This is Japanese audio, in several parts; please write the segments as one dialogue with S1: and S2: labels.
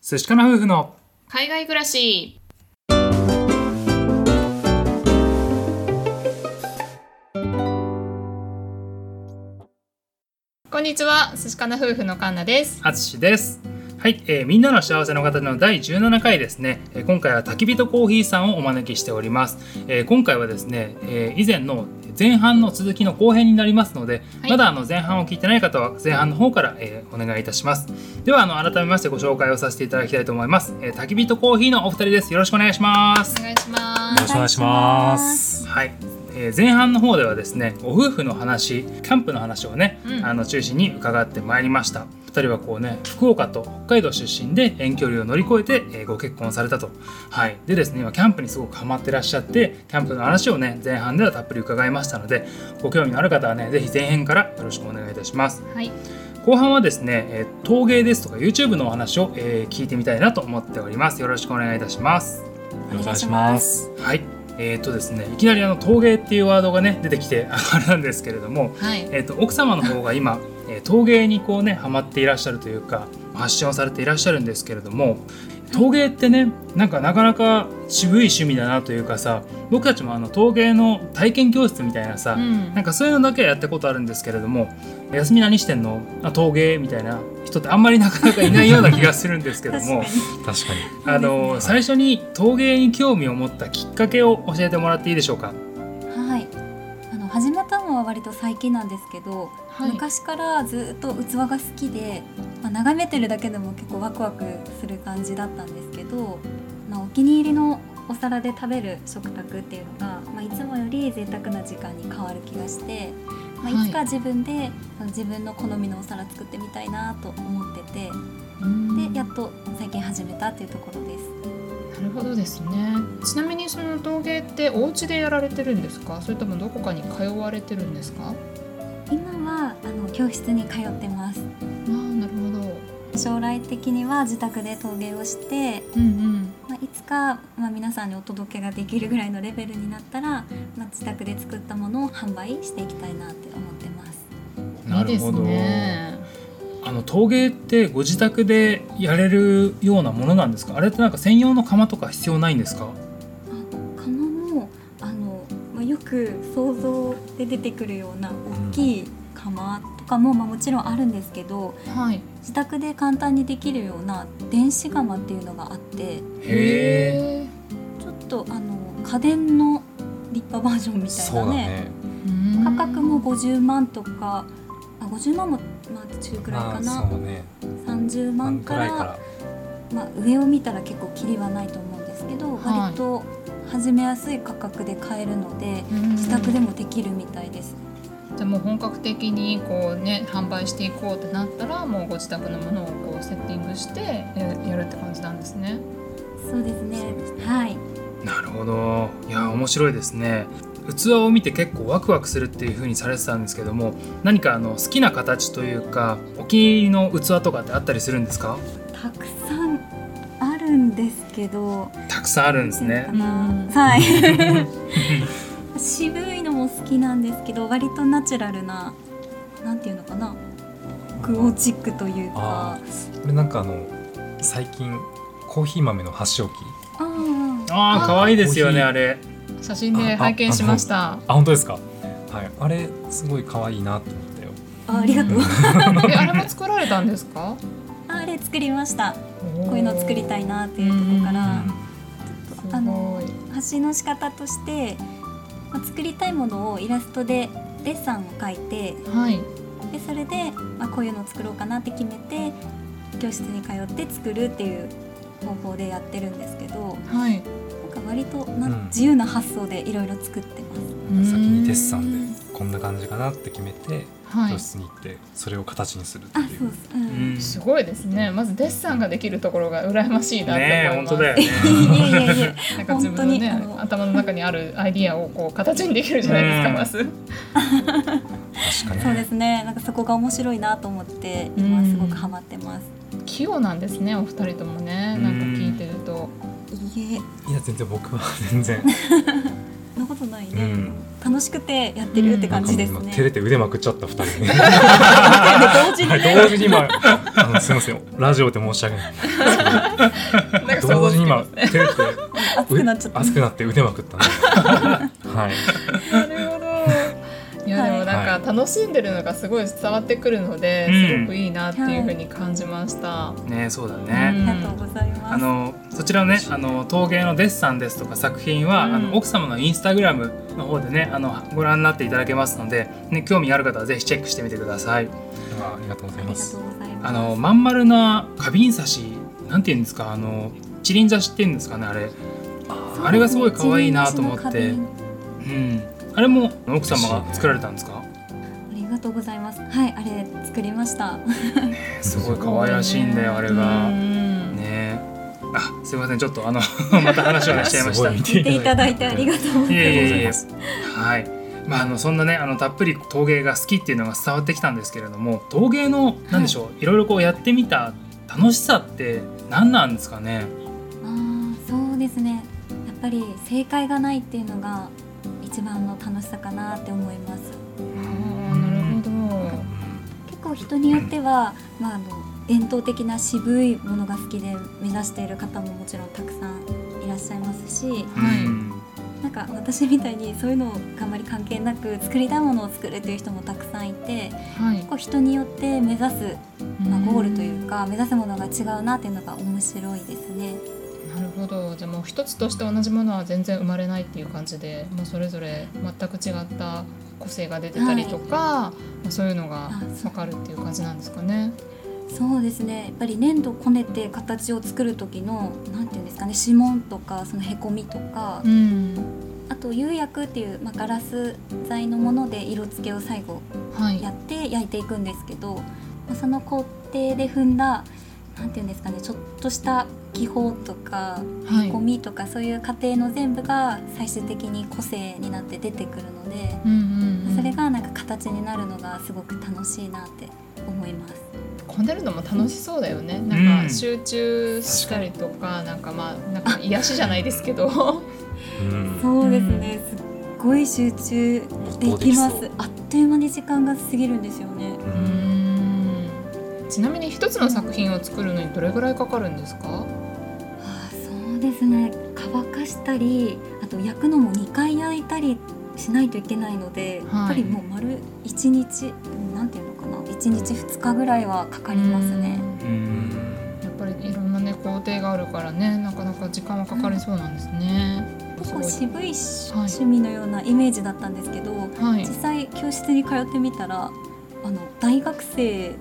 S1: 寿司かな夫婦の
S2: 海外暮らしこんにちは寿司かな夫婦のカンナです
S1: あつしですはい、えーみんなの幸せの形の第17回ですね、えー今回は焚き火とコーヒーさんをお招きしております、えー今回はですね、えー以前の前半の続きの後編になりますので、
S2: はい
S1: まだあの前半を聞いてない方は前半の方から、えーお願いいたしますではあの改めましてご紹介をさせていただきたいと思います、えー、焚き火とコーヒーのお二人ですよろしくお願いします
S2: お願いしま
S3: よろしくお願いします。
S1: はい、えー前半の方ではですねご夫婦の話キャンプの話をね、
S2: うん
S1: あの中心に伺ってまいりました2人はこうね福岡と北海道出身で遠距離を乗り越えて、えーご結婚されたとはいでですね今キャンプにすごくハマってらっしゃってキャンプの話をね前半ではたっぷり伺いましたのでご興味のある方はね是非前編からよろしくお願いいたします
S2: はい
S1: 後半はですね、えー陶芸ですとか YouTube のお話を、えー聞いてみたいなと思っておりますよろしくお願いいたします
S3: よろしくお願いします。
S1: はい、えー、とですね、いきなりあの陶芸っていうワードがね出てきて あれなんですけれども、
S2: はい
S1: えー、と奥様の方が今、 えー陶芸にこうねハマっていらっしゃるというか発信をされていらっしゃるんですけれども陶芸ってねなんかなかなか渋い趣味だなというかさ僕たちもあの陶芸の体験教室みたいなさ、
S2: うん
S1: なんかそういうのだけはやったことあるんですけれども「休み何してんのあ陶芸」みたいな人ってあんまりなかなかいないような気がするんですけど
S2: 確
S1: も
S2: かに。
S3: 確かに。
S1: あの、
S3: い
S1: 最初に陶芸に興味を持ったきっかけを教えてもらっていいでしょうか。
S4: はい。あの始めたのは割と最近なんですけど、
S2: はい
S4: 昔からずっと器が好きで、まあ、眺めてるだけでも結構ワクワクする感じだったんですけど、まあ、お気に入りのお皿で食べる食卓っていうのが、まあ、いつもより贅沢な時間に変わる気がして、ま
S2: は
S4: あ、
S2: い
S4: いつか自分で、その自分の好みのお皿作ってみたいなと思ってて
S2: うん
S4: でやっと最近始めたっていうところです。
S2: なるほどですねちなみにその陶芸ってお家でやられてるんですかそれともどこかに通われてるんですか
S4: 今はあの教室に通ってます
S2: ああなるほど
S4: 将来的には自宅で陶芸をして、
S2: うん
S4: まあ、いつか、まあ、皆さんにお届けができるぐらいのレベルになったら、まあ、自宅で作ったものを販売していきたいなって思ってます。
S2: うんいいですね
S1: あの陶芸ってご自宅でやれるようなものなんですか。あれってなんか専用の釜とか必要ないんですか。
S4: 釜もあの、まあ、よく想像で出てくるような大きい釜とかも、まあ、もちろんあるんですけど
S2: はい
S4: 自宅で簡単にできるような電子釜っていうのがあって
S1: へえ。
S4: ちょっとあの家電の立派バージョンみたいな
S3: そうだね。
S2: ー
S4: 価格も50万とかあ50万もまあ中くらいか
S3: ま
S4: な、
S3: あそうだね。
S4: 30
S3: な
S4: 万
S3: ん
S4: から
S3: くらいから。
S4: まあ、上を見たら結構キリはないと思うんですけど、
S2: はい
S4: 割と始めやすい価格で買えるので
S2: うん
S4: 自宅でもできるみたいです。
S2: じゃあもう本格的にこうね販売していこうってなったらもうご自宅のものをこうセッティングしてややるって感じなんですね。
S4: そうですね
S3: そうですね
S4: はい
S1: なるほど。いや面白いですね。器を見て結構ワクワクするっていう風にされてたんですけども、何かあの好きな形というかお気に入りの器とかってあったりするんですか。
S4: たくさんあるんですけど
S1: たくさんあるんですね
S4: な。
S2: う
S4: ん
S2: ん
S4: かなはい 渋いのも好きなんですけど割とナチュラルななんていうのかなクオチックというか
S3: あ。これなんかあの最近コーヒー豆の箸置き。
S4: あー
S1: ああ可愛いですよね
S3: あ
S1: あれ。
S2: 写真で拝見しました。
S3: あ本当ですか。はい。あれすごい可愛いなと思ったよ。
S4: あありがとう。
S2: えあれも作られたんですか？
S4: あれ作りました。
S2: こ
S4: こういうのを作りたいなっていうところか
S2: う
S4: ら、
S2: す
S4: あ
S2: ご
S4: の
S2: い。
S4: 発信の仕方として、まあ、作りたいものをイラストでデッサンを描いて、
S2: はい。
S4: でそれでまあこういうのを作ろうかなって決めて、教室に通って作るっていう方法でやってるんですけど、
S2: はい。
S4: なんか割とな、
S3: うん
S4: 自由な発想でいろいろ作ってます。
S3: うん先にデッサンでこんな感じかなって決めて
S2: は
S3: 教
S2: い。
S3: 室に行ってそれを形にするって
S4: あ、
S3: い
S4: そう
S3: う。
S4: です。うん。
S1: うん
S2: すごいですね。まずデッサンができるところが羨ましいなって
S1: ねえ
S2: 思
S1: 本
S2: います。
S1: 当だよね。
S4: いやいやいや、
S2: なんか自分のね
S4: 本当にあの
S2: 頭の中にあるアイディアをこう形にできるじゃないですか、
S1: うん
S2: まず。
S3: 確かに。
S4: そうですね。なんかそこが面白いなと思って、今すごくハマってます。
S2: 器用なんですねお二人ともねなんか聞いてると
S4: いいえ、
S3: いや全然僕は 全然。
S4: そんなことないうね。
S3: ん。
S4: 楽しくてやってるって
S3: な
S4: 感
S3: んか
S4: じです
S3: もう今
S4: ね。
S3: 照れて腕まくっちゃった二人。
S4: 同時に
S3: はい、同時に今、ああのすいませんラジオで申し訳ない
S2: なんか想
S3: 同
S2: 像つ
S3: 時
S2: き
S3: に
S2: ま
S3: 今
S2: す
S3: 手って
S4: 熱くなっちゃった
S3: 熱くなって腕まくったねはい
S2: なるほど。いやでもなんか楽しんでるのがすごい伝わってくるので、
S1: うん
S2: すごくいいなっていうふうに感じました。
S1: ねそうだね、
S2: うん
S4: ありがとうございます。
S1: あのそちらのねあの陶芸のデッサンですとか作品は、
S2: うん
S1: あの奥様のインスタグラムの方でねあのご覧になっていただけますので、ね、興味ある方はぜひチェックしてみてください。
S3: あありがとうご
S4: あ
S3: ざい
S4: り
S3: ま
S4: が
S3: す
S4: とうございます。
S1: あのまん丸な花瓶刺しなんていうんですかあの一輪刺しっていうんですかねあれ、
S4: そう
S1: あれがすごい可愛いなと思って
S4: 一輪挿しの花瓶
S1: うん、あれも奥様が作られたんですか、
S4: ありがとうございます。はい、あれ作りました。
S1: ねすごい可愛らしいんだよあれが。
S2: うん
S1: ねあすいませんちょっとあの また話をねしちゃいました。
S3: 見
S4: 見ていただいてありがとうございます。
S1: いえいえいえ
S3: ありがと
S1: はい。まあ、あのそんなねあのたっぷり陶芸が好きっていうのが伝わってきたんですけれども陶芸の何でしょう、い、ろいろこうやってみた楽しさって何なんですかね
S4: ああ、そうですね。やっぱり正解がないっていうのが一番の楽しさかなって思います。
S2: あーなるほど。
S4: 結構人によっては、まああの伝統的な渋いものが好きで目指している方ももちろんたくさんいらっしゃいますし、
S2: はい
S1: うん
S4: なんか私みたいにそういうのあんまり関係なく作りたいものを作るという人もたくさんいて、
S2: はい
S4: 結。構人によって目指すまあ、ゴールという
S2: か。
S4: か目指すものが違うなっていうのが面白いですね。
S2: なるほど。じゃあもう一つとして同じものは全然生まれないっていう感じで、もうそれぞれ全く違った個性が出てたりとか、まあそういうのがわかるっていう感じなんですかね。
S4: そうですねやっぱり粘土こねて形を作る時のなんていうんですかね指紋とかそのへこみとか、
S2: うん。
S4: あと釉薬っていう、まあ、ガラス材のもので色付けを最後
S2: はい。
S4: やって焼いていくんですけど、まあ、その工程で踏んだなんていうんですかねちょっとした技法とか
S2: は
S4: へ
S2: い
S4: こ。みとかそういう過程の全部が最終的に個性になって出てくるので。
S2: うんうんうん
S4: それがなんか形になるのがすごく楽しいなって思います。
S2: こねるのも楽しそうだよね。なん
S1: うん
S2: か集中したりとか、なんかまあなんか癒しじゃないですけど、
S3: うん
S4: そうですね。すっごい集中できま
S3: 没頭できそ
S4: す
S3: う。
S4: あっという間に時間が過ぎるんですよね。
S3: う
S2: うんんちなみに一つの作品を作るのにどれぐらいかかるんですか？
S4: あー、そうですね。乾かしたり、あと焼くのも2回焼いたりしないといけないので、
S2: はい
S4: やっぱりもう丸1日、なんていうのかな、1日2日ぐらいはかかりますね。
S1: う
S3: うんん
S2: うん。やっぱりいろんなね工程があるからね、なかなか時間はかかりそうなんですね。
S4: 結構
S2: す
S4: 渋いし
S2: はい
S4: 趣味のようなイメージだったんですけど、
S2: ごいはい
S4: 実。際教室に通ってみたら、あの大学生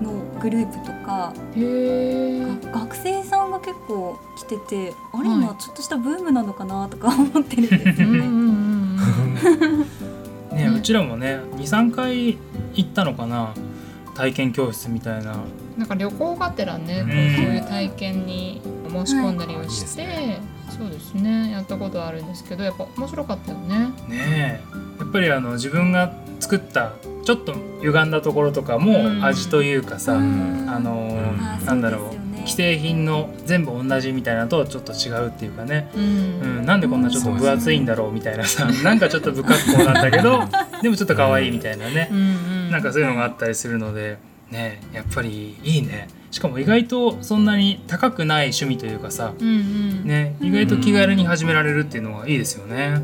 S4: のグループとか、
S2: へえ。
S4: が学生さんが結構来ててあれ
S2: はい
S4: 今ちょっとしたブームなのかなとか思ってるんです
S2: う
S4: よ
S2: んうん
S4: ね。
S2: うん
S1: ね
S2: ね
S1: うちらもね23回行ったのかな体験教室みたいな。
S2: うん。なんか旅行がてらね、こ
S1: うん
S2: うそういう体験に申し込んだりをして、
S3: はい
S2: そうですね、やったことはあるんですけど、やっぱ面白かったよね。
S1: ねえやっぱりあの自分が作ったちょっと歪んだところとか
S2: うん
S1: も味というかさ、
S4: うん
S1: あの
S3: うん
S4: あー
S1: なんだろう
S4: そうですよね
S1: 既製品の全部同じみたいなのとちょっと違うっていうかね、
S2: う。
S1: うんん、なんでこんなちょっと分厚いんだろうみたいなさなんかちょっと不格好なんだけどでもちょっと可愛いみたいなね
S2: う、んうん。
S1: なんかそういうのがあったりするのでねえやっぱりいいねしかも意外とそんなに高くない趣味というかさ、
S2: うんうん。
S1: ね、意外と気軽に始められるっていうのがいいですよね。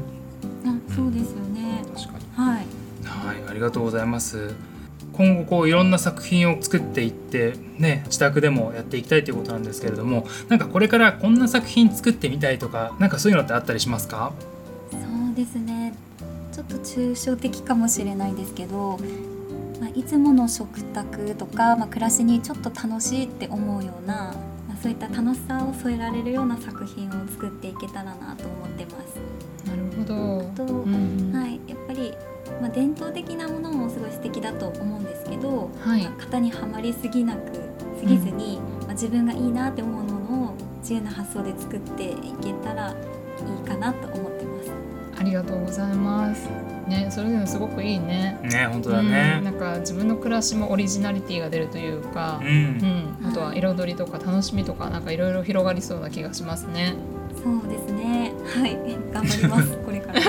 S4: あそうですよね。
S3: 確かに
S4: はい。
S1: はい、ありがとうございます。今後こういろんな作品を作っていってね自宅でもやっていきたいということなんですけれどもなんかこれからこんな作品作ってみたいとかなんかそういうのってあったりしますか
S4: そうですね。ちょっと抽象的かもしれないですけど、まあ、いつもの食卓とか、まあ、暮らしにちょっと楽しいって思うような、まあ、そういった楽しさを添えられるような作品を作っていけたらなと思ってます。
S2: なるほど。
S4: と
S2: うんうん
S4: はい、やっぱり、まあ、伝統的なものもすごい素敵だと思うんですけど、
S2: はい
S4: まあ型にはまりすぎなくすぎずに、まあ、自分がいいなって思うものを自由な発想で作っていけたらいいかなと思ってます。
S2: ありがとうございます。ね、それでもすごくいいね。
S1: ね本当だ
S2: うんな
S1: ね。
S2: んか自分の暮らしもオリジナリティが出るというか
S1: う。、
S2: うんん、あとは彩りとか楽しみとかなんかいろいろ広がりそうな気がしますね。
S4: そうですね。はい、頑張ります。 これから。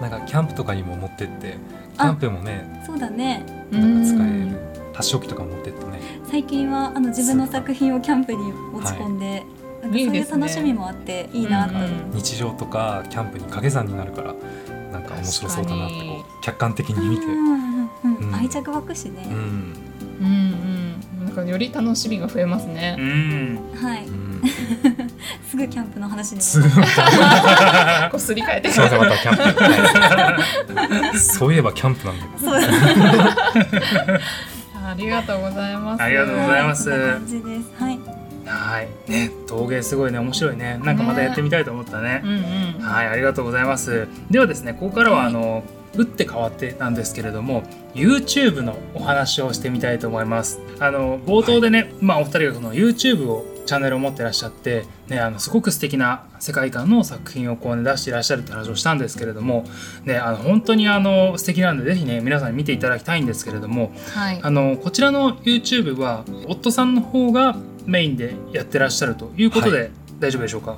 S3: なんかキャンプとかにも持ってってキャンプもね
S4: そうだね。
S3: なんか使える発祥記とか持ってってね
S4: 最近はあの自分の作品をキャンプに持ち込んで、なんかそう
S2: いい
S4: い
S2: で
S4: う
S2: すね
S4: 楽しみもあっていいなと、
S2: うんうん
S3: 日常とかキャンプに掛け算になるからなんか面白そうだなってこ
S2: 確
S3: う客観的に見て、
S4: うんうんうん
S3: うん
S4: 愛着湧くしね、
S3: うん
S2: うんうんなんかより楽しみが増えます
S1: う
S2: ね、
S1: ん
S4: はい
S3: うん、
S4: すぐキャンプの話に
S3: すぐ
S4: 戻る
S3: また
S2: こうすり替えて
S3: すいませんまたキャンプそういえばキャンプなんだけど
S4: そうです
S2: ありがとうございます
S1: ありがとうございます
S4: はいこんな感じですはい
S1: はいね陶芸すごいね面白いねなんかまたやってみたいと思ったね
S2: うんうん
S1: はいありがとうございますではですねここからはあの、打って変わってなんですけれども YouTube のお話をしてみたいと思いますあの冒頭でね、まあお二人がその YouTube をチャンネルを持ってらっしゃって、ね、あのすごく素敵な世界観の作品をこう、ね、出していらっしゃるって話をしたんですけれども、ね、あの本当にあの素敵なんでぜひね皆さんに見ていただきたいんですけれども
S2: はい
S1: あのこちらの YouTube は夫さんの方がメインでやってらっしゃるということで、大丈夫でしょうか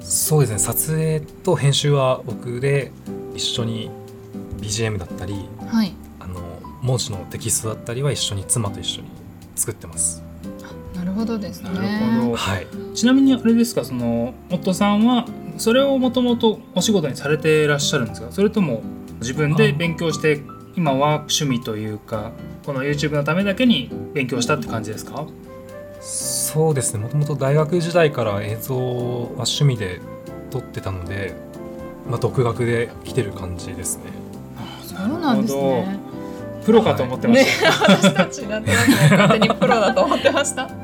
S3: そうですね撮影と編集は僕で一緒に BGM だったり
S2: はい
S3: あの文字のテキストだったりは一緒に妻と一緒に作ってます
S2: なるほどですね
S1: なるほど
S3: はい
S1: ちなみにあれですかその夫さんはそれをもともとお仕事にされていらっしゃるんですかそれとも自分で勉強して今は趣味というかこの YouTube のためだけに勉強したって感じですか
S3: そうですねもともと大学時代から映像は趣味で撮ってたので、まあ、独学で来てる感じですね
S2: そうなんですね
S1: プロかと思ってま
S2: ね
S1: し
S2: 私たちだって勝手にプロだと思ってました
S4: 最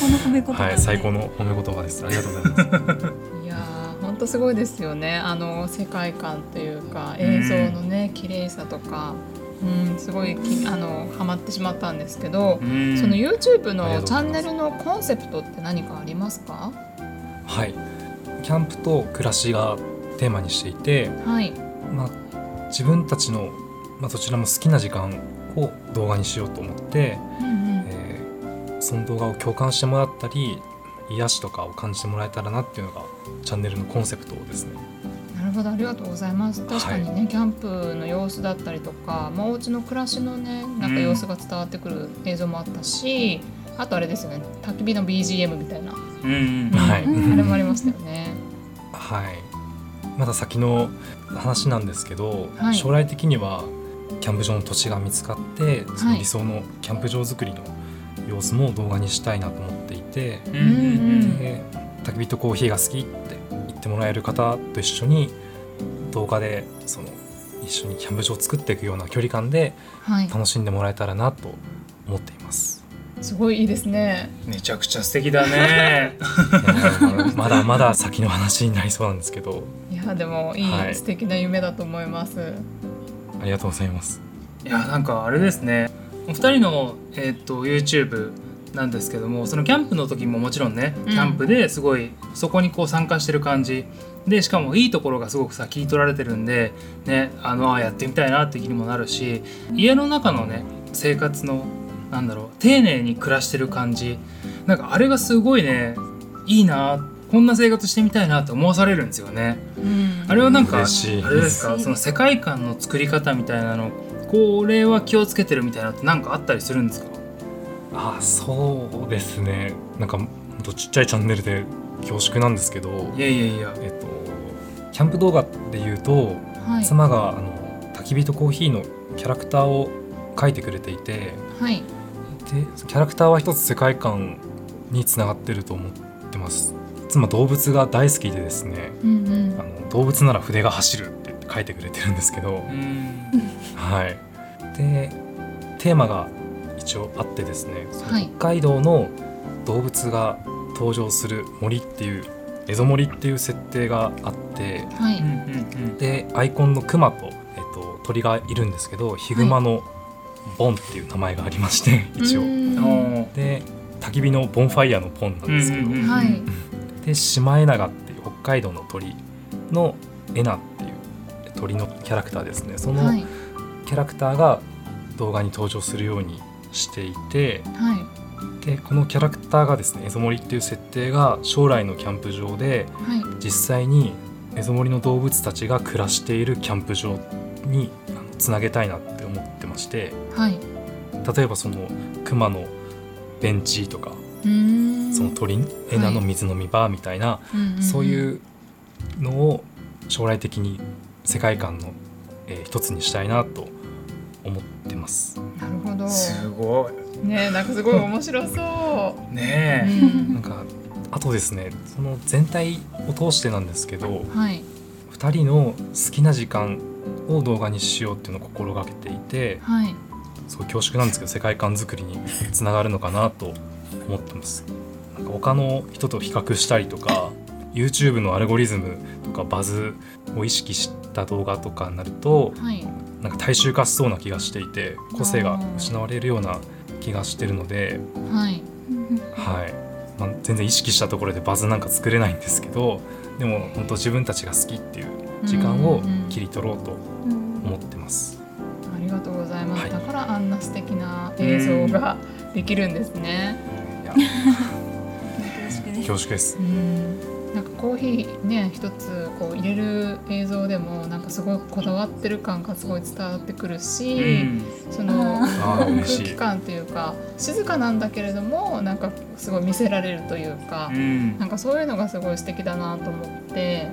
S4: 高の褒め言葉だね、
S3: はい最高の褒め言葉ですありがとうございます
S2: いやー本当すごいですよねあの世界観というか映像のね綺麗さとか、うん、すごいきあのハマってしまったんですけど
S1: た、、うん
S2: その YouTube
S3: ありがとうございま
S2: の
S3: す
S2: チャンネルのコンセプトって何かありますか
S3: はいキャンプと暮らしがテーマにしていて、
S2: はい
S3: まあ、自分たちの、まあ、どちらも好きな時間を動画にしようと思って、
S2: うん
S3: えーその動画を共感してもらったり癒しとかを感じてもらえたらなっていうのがチャンネルのコンセプトですね。
S2: うん、なるほどありがとうございます確かにね、キャンプの様子だったりとか、まあ、お家の暮らしのねなんか様子が伝わってくる映像もあったし、あとあれですよね焚き火の BGM みたいな、
S1: うんうん
S3: はい
S2: うんあれもありましたよね。
S3: はい、まだ先の話なんですけど、
S2: はい
S3: 将来的にはキャンプ場の土地が見つかってその理想のキャンプ場作りの様子も動画にしたいなと思っていて、
S1: うんう
S2: うん
S1: ん
S3: で焚き火とコーヒーが好きって言ってもらえる方と一緒に動画でその一緒にキャンプ場を作っていくような距離感で
S2: はい、
S3: 楽しんでもらえたらなと思ってい ます。
S2: すごいいいですね。
S1: めちゃくちゃ素敵だね
S3: いやーまだまだ先の話になりそうなんですけど、
S2: いやでもいい、
S3: はい
S2: 素敵な夢だと思います。
S3: ありがとうございます。
S1: いやなんかあれですねお二人の、えー、と YouTube なんですけどもそのキャンプの時ももちろんね
S2: うん
S1: キャンプですごいそこにこう参加してる感じでしかもいいところがすごくさ切り取られてるんで、ね、あのあやってみたいなって気にもなるし家の中のね生活のなんだろう丁寧に暮らしてる感じなんかあれがすごいねいいなこんな生活してみたいなって思わされるんですよね。
S2: うん
S1: あれはなんかあ
S3: 嬉 しい
S1: れですか
S4: 嬉しい
S1: その世界観の作り方みたいなのこれは気をつけてるみたいなのってなんかあったりするんですか
S3: あそうですねなんかほんとちっちゃいチャンネルで恐縮なんですけど
S1: い、やいやいや
S3: えっと、キャンプ動画っていうと、
S2: はい
S3: 妻があの焚き火とコーヒーのキャラクターを描いてくれていて
S2: はい
S3: でキャラクターは一つ世界観につながってると思ってます妻動物が大好きでですね
S2: うんう
S3: あ
S2: ん
S3: の動物なら筆が走るって言って描いてくれてるんですけど、
S1: うん
S3: はい、でテーマが一応あってですね、その
S2: はい
S3: 北海道の動物が登場する森っていうエゾ森っていう設定があって
S1: う
S2: は
S1: んう
S2: い
S1: ん
S3: でアイコンのクマと,、えっと鳥がいるんですけどヒグマのボンっていう名前がありまして、一応。
S1: うん
S2: 応
S1: おー
S3: で焚き火のボンファイヤーのボンなんですけど、
S1: うんうんうん
S2: はい
S3: でシマエナガっていう北海道の鳥のエナっていう鳥のキャラクターですねその、
S2: はい
S3: キャラクターが動画に登場するようにしていて
S2: はい
S3: でこのキャラクターがですねエゾモリっていう設定が将来のキャンプ場で
S2: はい
S3: 実際にエゾモリの動物たちが暮らしているキャンプ場にあのつなげたいなって思ってまして
S2: はい
S3: 例えばその熊のベンチとか
S2: うん
S3: その鳥エナの水飲み場みたいな、
S2: うんうんうん
S3: そういうのを将来的に世界観の、えー一つにしたいなと思ってます。
S2: なるほど
S1: すご
S2: ねなんかすごい面白そ、
S1: いう
S2: う
S1: ね
S3: なん
S2: ん、
S3: かあとですねその全体を通してなんですけど
S2: はい
S3: 2人の好きな時間を動画にしようっていうのを心がけていて
S2: はい
S3: すごい恐縮なんですけど世界観作りにつながるのかなと思ってます。なんか他の人と比較したりとか YouTube のアルゴリズムとかバズを意識した動画とかになると
S2: はい
S3: なんか大衆化しそうな気がしていて個性が失われるような気がしてるので、
S2: はい
S3: はいまあ、全然意識したところでバズなんか作れないんですけどでも本当自分たちが好きっていう時間を切り取ろうと思ってます。
S2: ありがとうございます、
S3: はい
S2: だからあんな素敵な映像ができるんですね
S3: いや
S4: 恐縮です
S3: 恐縮です
S2: うんなんかコーヒーね一つこう入れる映像でもなんかすごいこだわってる感がすごい伝わってくる
S1: う
S2: し、
S1: ん
S2: その
S4: あ
S3: ああ
S2: 空
S3: 嬉し
S2: 気
S3: い
S2: 感というか静かなんだけれどもなんかすごい見せられるというか、
S1: うん
S2: なんかそういうのがすごい素敵だなと思って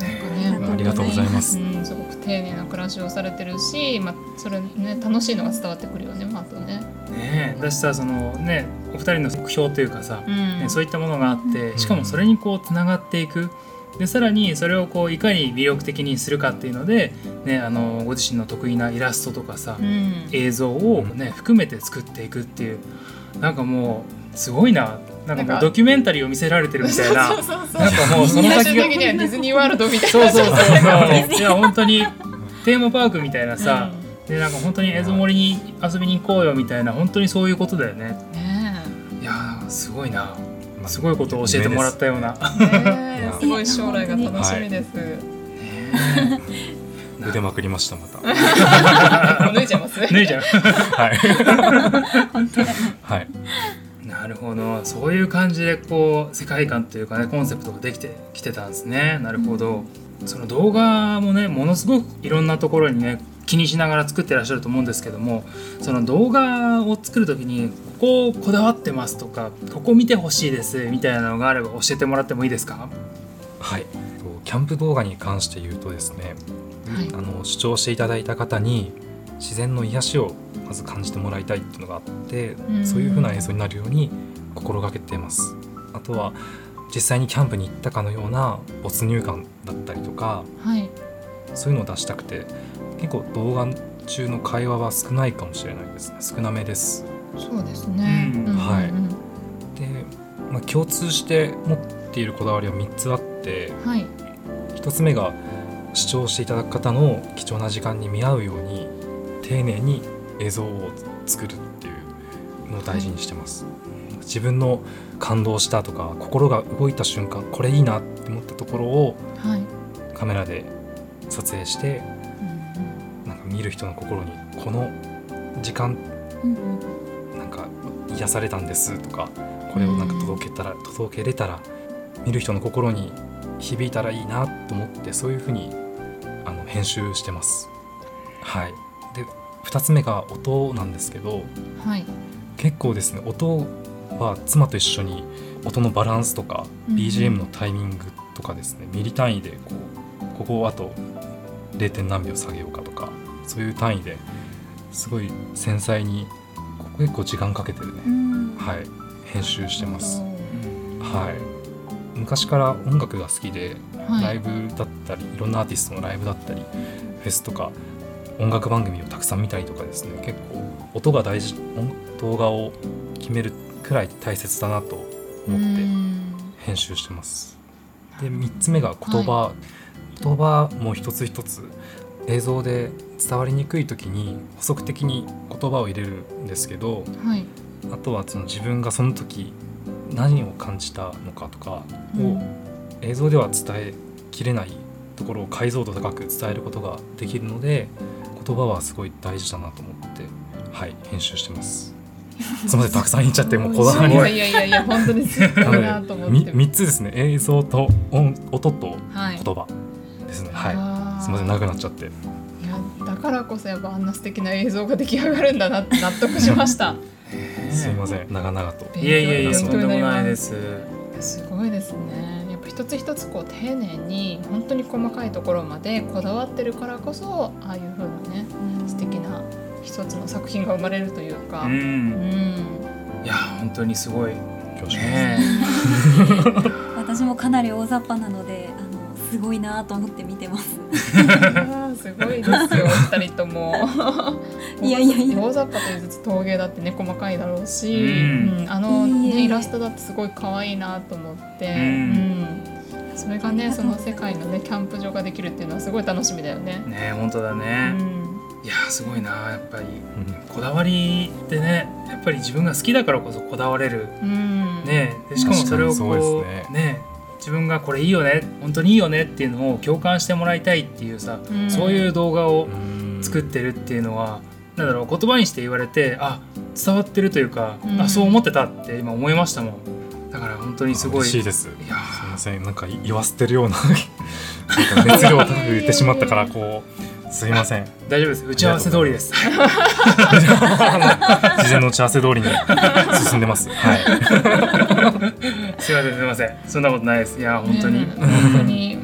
S2: なんかね
S3: ありがとうございます
S2: うん、すごく丁寧な暮らしをされてるし、まあ、それね楽しいのが伝わってくるよねまああとね。
S1: ねえだしさそのねお二人の目標というかさ、
S2: うん
S1: ね、そういったものがあって、
S3: ん
S1: しかもそれにこうつながっていくでさらにそれをこういかに魅力的にするかっていうので、ね、あのご自身の得意なイラストとかさ、
S2: うん
S1: 映像を、ね、含めて作っていくっていうなんかもうすごいななんか
S2: なん
S1: も
S2: か
S1: うドキュメンタリーを見せられてるみたいな
S2: そうそうそう
S1: なんかもうその先
S2: 最終
S1: が
S2: 的にはディズニーワールドみたいな
S1: そうそうそうそういや本当にテーマパークみたいなさ、でなんか本当に映像森に遊びに行こうよみたいな本当にそういうことだよね
S2: うんね
S1: いやーすごいな すごいことを教えてもらったような
S2: えねえ
S3: いや
S2: すごい将来が楽しみです、
S3: 夢です腕まくりましたまた
S2: 脱いじゃいます
S1: ねえじゃん
S3: はいはい
S1: なるほどそういう感じでこう世界観というかねコンセプトができてきてたんですねなるほど、その動画もねものすごくいろんなところにね気にしながら作ってらっしゃると思うんですけどもその動画を作る時にこここだわってますとかここ見てほしいですみたいなのがあれば教えてもらってもいいですか
S3: はい、とキャンプ動画に関して言うとですね、
S2: はい
S3: あの視聴していただいた方に自然の癒しをまず感じてもらいたいっていうのがあって、
S2: ん
S3: そういう風な映像になるように心がけています。あとは実際にキャンプに行ったかのような没入感だったりとか
S2: はい
S3: そういうのを出したくて結構動画中の会話は少ないかもしれないですね少なめです
S2: そうですね、
S1: うん
S2: うん
S3: はい
S2: うん
S3: で、まあ、共通して持っているこだわりは3つあって
S2: うんはい
S3: 1つ目が視聴していただく方の貴重な時間に見合うように丁寧に映像を作るっていうのを大事にしてます自分の感動したとか心が動いた瞬間これいいなって思ったところを
S2: はい、
S3: カメラで撮影してなんか見る人の心にこの時間
S4: うんうん
S3: なんか癒されたんですとかこれをなんか届けたら届けれたら見る人の心に響いたらいいなと思ってそういうふうにあの編集してます。はい、で2つ目が音なんですけ
S2: う
S3: ど
S2: んはい
S3: 結構ですね音は妻と一緒に音のバランスとか
S2: うん
S3: BGM のタイミングとかですねミリ単位でこうここをあと 0. 点何秒下げようかとかそういう単位ですごい繊細にここ結構時間かけてるね
S4: うん
S3: はい、編集してます。
S2: お
S3: はい。昔から音楽が好きで、
S2: ーは
S3: ライ
S2: い
S3: ブだったり、いろんなアーティストのライブだったり、フェスとか音楽番組をたくさん見たりとかですね。結構音が大事、音動画を決めるくらい大切だなと思って
S2: うん
S3: 編集してます。で、三つ目が言葉、言葉も一つ一つ映像で伝わりにくい時に補足的に言葉を入れるんですけど、
S2: はい
S3: あとはその自分がその時何を感じたのかとか
S2: う
S3: を
S2: ん
S3: 映像では伝えきれないところを解像度高く伝えることができるので言葉はすごい大事だなと思ってはい編集してます。すみませんたくさん言っちゃってもうこだわり
S2: い
S3: が
S2: やいやいやいや本当にすごいなと思っ
S3: み
S2: て
S3: 三つですね映像と音音と
S2: はい
S3: 言葉ですねはい。
S2: あー
S3: すみません長くなっちゃっ
S2: い
S3: て
S2: やだからこそやっぱあんな素敵な映像が出来上がるんだなって納得しました。
S3: すいません長々と
S2: 勉強
S1: いやいやいや
S2: 勉
S1: と
S2: 強
S1: んでも
S2: に
S1: ない
S2: り
S1: で
S2: ます
S1: す
S2: すごいですねやっぱ一つ一つこう丁寧に本当に細かいところまでこだわってるからこそああいう風なね素敵な一つの作品が生まれるというか、
S1: う
S2: うんん、
S1: いや本当にすごい
S3: 恐縮です
S1: ね
S4: 私もかなり大雑把なのであのすごいなと思って見てます。
S2: すごいですよ二人とも。
S4: いやいやいや
S2: 大雑把と言いつつ陶芸だってね細かいだろうし、
S1: うん
S2: うんあの、
S4: いえいえ
S2: ね、イラストだってすごい可愛いなと思って、
S1: う
S2: うんそれがねその世界のねキャンプ場ができるっていうのはすごい楽しみだよね
S1: え。ねえ本当だ
S2: う
S1: ね、
S2: ん
S1: いやすごいなやっぱり
S3: うん
S1: こだわりってねやっぱり自分が好きだからこそこだわれる
S2: うん
S1: ねえでしかもそれを
S3: 確かにそ
S1: こ
S3: う
S1: う
S3: で
S1: ね
S3: す
S1: え自分がこれいいよね本当にいいよねっていうのを共感してもらいたいっていうさ、
S2: うん
S1: そういう動画を
S3: うん
S1: 作ってるっていうのは、なんだろう言葉にして言われてあ伝わってるというか、
S2: うん
S1: あそう思ってたって今思いましたもんだから本当にすごい
S3: 嬉しいです
S1: いや
S3: すみま
S1: ー
S3: せんなんか言わせてるようななんか熱量高く言ってしまったからこうすいません
S1: 大丈夫です打ち合わせ通りです
S3: あの 事前の打ち合わせ通りに進んでますはい
S1: すいません すいませんそんなことないですいやー本当に、
S2: ね本当に、う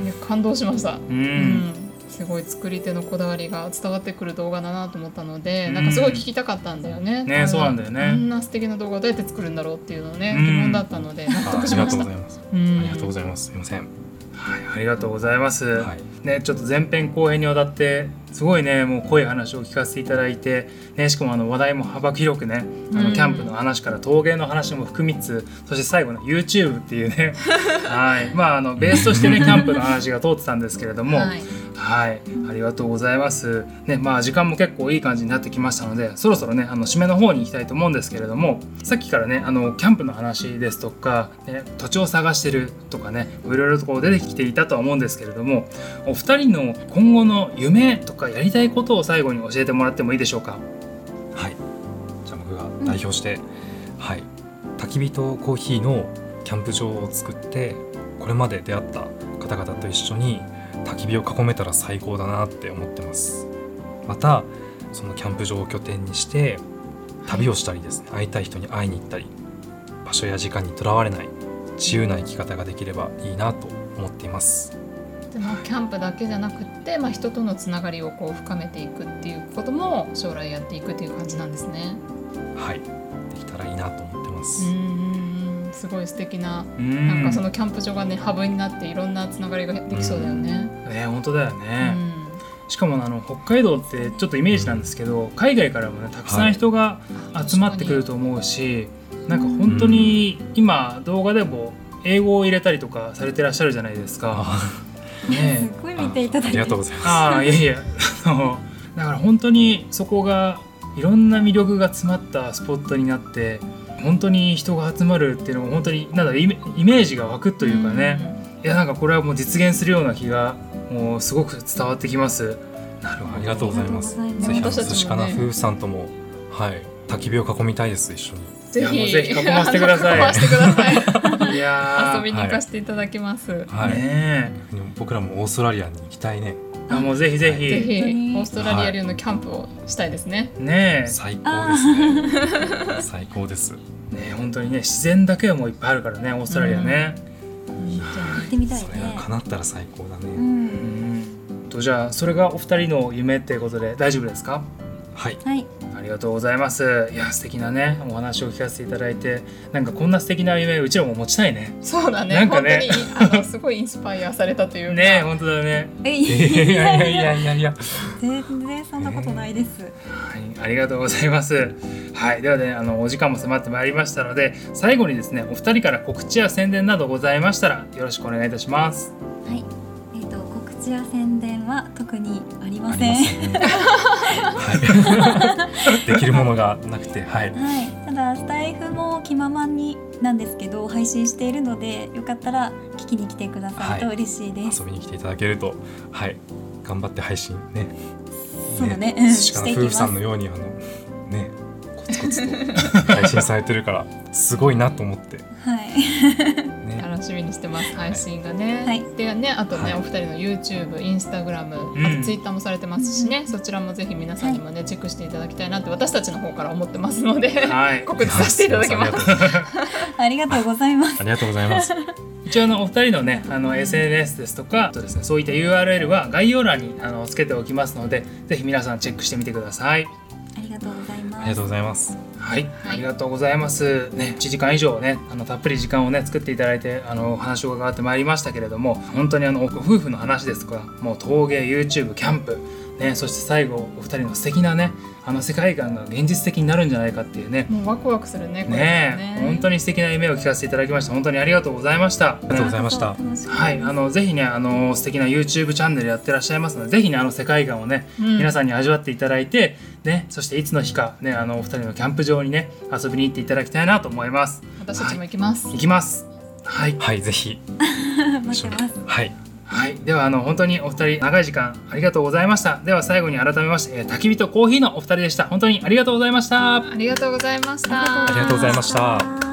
S2: ん、いや感動しました。
S1: う、
S2: うんすごい作り手のこだわりが伝わってくる動画だなと思ったので、
S1: うん
S2: なんかすごい聞きたかったんだよね。
S1: ね
S2: あの
S1: そうなんだよね
S2: あんな素敵な動画をどうやって作るんだろうっていうのね、
S1: うん
S2: 疑問だったので納
S3: ああ
S2: 得
S3: り
S2: し
S3: が
S2: まし
S3: とう
S2: た。
S3: ございます
S2: うん
S3: ありがとうございますすみません
S1: はいありがとうございます、
S3: はい
S1: ねちょっと前編後編にわたってすごいねもう濃い話を聞かせていただいて、ね、しかもあの話題も幅広くねあ
S2: う
S1: の
S2: ん
S1: キャンプの話から陶芸の話も含みつつそして最後の YouTube っていうね はいまああのベースとしてねキャンプの話が通ってたんですけれども、
S2: はい、
S1: はい、ありがとうございます。ね、まあ時間も結構いい感じになってきましたので、そろそろね、あの締めの方に行きたいと思うんですけれども、さっきからね、あのキャンプの話ですとか、ね、土地を探してるとかね、いろいろとこう出てきていたとは思うんですけれども、お二人の今後の夢とかやりたいことを最後に教えてもらってもいいでしょうか。
S3: はいじゃあ僕が代表して、はい焚き火とコーヒーのキャンプ場を作ってこれまで出会った方々と一緒に焚き火を囲めたら最高だなって思ってますまたそのキャンプ場を拠点にして旅をしたりですね会いたい人に会いに行ったり場所や時間にとらわれない自由な生き方ができればいいなと思っています
S2: でまあキャンプだけじゃなくって、まあ人とのつながりをこう深めていくっていうことも将来やっていくっていう感じなんですね。
S3: はいできたらいいなと思ってま
S2: う
S3: す、
S2: んうんうん、すごい素敵な。
S1: うん
S2: なんかそのキャンプ場がねハブになっていろんなつながりができそうだよね。
S1: ね、本当だよ
S2: う
S1: ね。
S2: ん
S1: しかもあの北海道ってちょっとイメージなんですけど、海外からもねたくさん人が集まってくると思うし、なんか本当に今動画でも英語を入れたりとかされてらっしゃるじゃないですか。
S3: あ
S1: ね
S4: すごい見ていただ
S3: あ
S4: い
S3: り
S4: て
S3: がとうございます
S1: ああいやいや あのだから本当にそこがいろんな魅力が詰まったスポットになって本当に人が集まるっていうのも本当になんだろうイメイメージが湧くというかね。いやなんかこれはもう実現するような気がもうすごく伝わってきます。なる
S3: ありがとうございます。
S4: ありがとうご
S3: ぜ
S4: ざい
S3: ひ、
S4: ます
S2: 私たちもね
S3: 寿司かな夫婦さんとも、はい、焚き火を囲みたいです、一緒に。
S2: ぜ
S1: いやもう
S2: ひ
S1: ぜひ囲ませてください
S2: 囲ませてくだ さい
S1: いやー
S2: 遊びに行かせていただきます。
S3: はい、
S1: ね
S3: 僕らもオーストラリアに行きたいね。
S1: えあもうぜひぜひ、
S2: ぜひ
S4: 本当に
S2: オーストラリア流のキャンプをしたいですね。
S1: ね
S3: 最高ですね。最高です。
S1: えねえ本当にね自然だけはもういっぱいあるからねオーストラリアね、
S4: 行ってみたい
S3: それが
S4: ね。
S3: 叶ったら最高だ
S4: う
S3: ね。
S1: うん
S4: ん、
S1: とじゃあそれがお二人の夢っていうことで大丈夫ですか
S3: はい、
S4: はい、
S1: ありがとうございますいや素敵なねお話を聞かせていただいてなんかこんな素敵な夢うちらも持ちたいね
S2: そうだね
S1: なんかね
S2: 本当にあのすごいインスパイアされたというか。
S1: ねえ本当だね
S4: え
S3: い
S4: い
S3: やいやいやいやいや。
S4: 全然そんなことないです。
S1: はいありがとうございますはいではねあのお時間も迫ってまいりましたので最後にですねお二人から告知や宣伝などございましたらよろしくお願いいたします
S4: はい、えっ、と告知や宣伝は特にありま
S3: あり
S4: せん。
S3: ますね。 はい。できるものがなくて、はい。
S4: はい、ただスタイフも気ままになんですけど配信しているので、よかったら聞きに来てくださると
S3: はい
S4: 嬉しいです。
S3: 遊びに来ていただけると、はい、頑張って配信ね。
S4: そうだねうん
S3: 寿司かな夫婦さんのように、あの、ね、コ ツコツと配信されてるから、すごいなと思って。
S4: はい、
S3: ね、
S2: 楽しみにしてます配信がね、
S4: はい
S2: でねあとね、
S3: はい
S2: お二人の YouTube、Instagram
S1: ん
S2: あと Twitter もされてますしね、
S4: うん
S2: そちらもぜひ皆さんにもね、チェックしていただきたいなって私たちの方から思ってますので、
S1: はい
S2: 告知させていただきます。
S4: ありがとうございます。
S3: ありがとうございます。
S1: 一応あのお二人のねあの SNS ですとかあとですねそういった URL は概要欄にあのつけておきますのでぜひ皆さんチェックしてみてください。
S4: ありがとうございま
S3: ありがとう
S4: す。
S3: ございます。
S1: はい、
S2: はい
S1: ありがとうございます。ね、1時間以上ね、あのたっぷり時間をね、作っていただいて、あのお話を伺ってまいりましたけれども、本当にあのご夫婦の話ですとか、もう陶芸、YouTube、キャンプ、ね、そして最後お二人の素敵なね、あの世界観が現実的になるんじゃないかっていうね。
S2: もうワクワクするねこれから
S1: ねえ、本当に素敵な夢を聞かせていただきました。本当にありがとうございました。あり
S3: がとうございました
S4: 楽しかったです
S1: はい、あのぜひね、あの素敵な YouTube チャンネルやってらっしゃいますので、ぜひね、あの世界観をね、
S2: うん
S1: 皆さんに味わっていただいて、ね、そしていつの日か、ね、あのお二人のキャンプ場にね、遊びに行っていただきたいなと思います。
S2: 私たちも行きます、
S1: 行きます。はい、
S3: はい、ぜひ。
S4: 待ってます。
S3: はい。
S1: はい、ではあの本当にお二人長い時間ありがとうございました。では最後に改めまして、えー焚き火とコーヒーのお二人でした。本当にありがとうございました。
S2: ありがとうございました
S3: ありがとうございました
S4: ありがとうございました。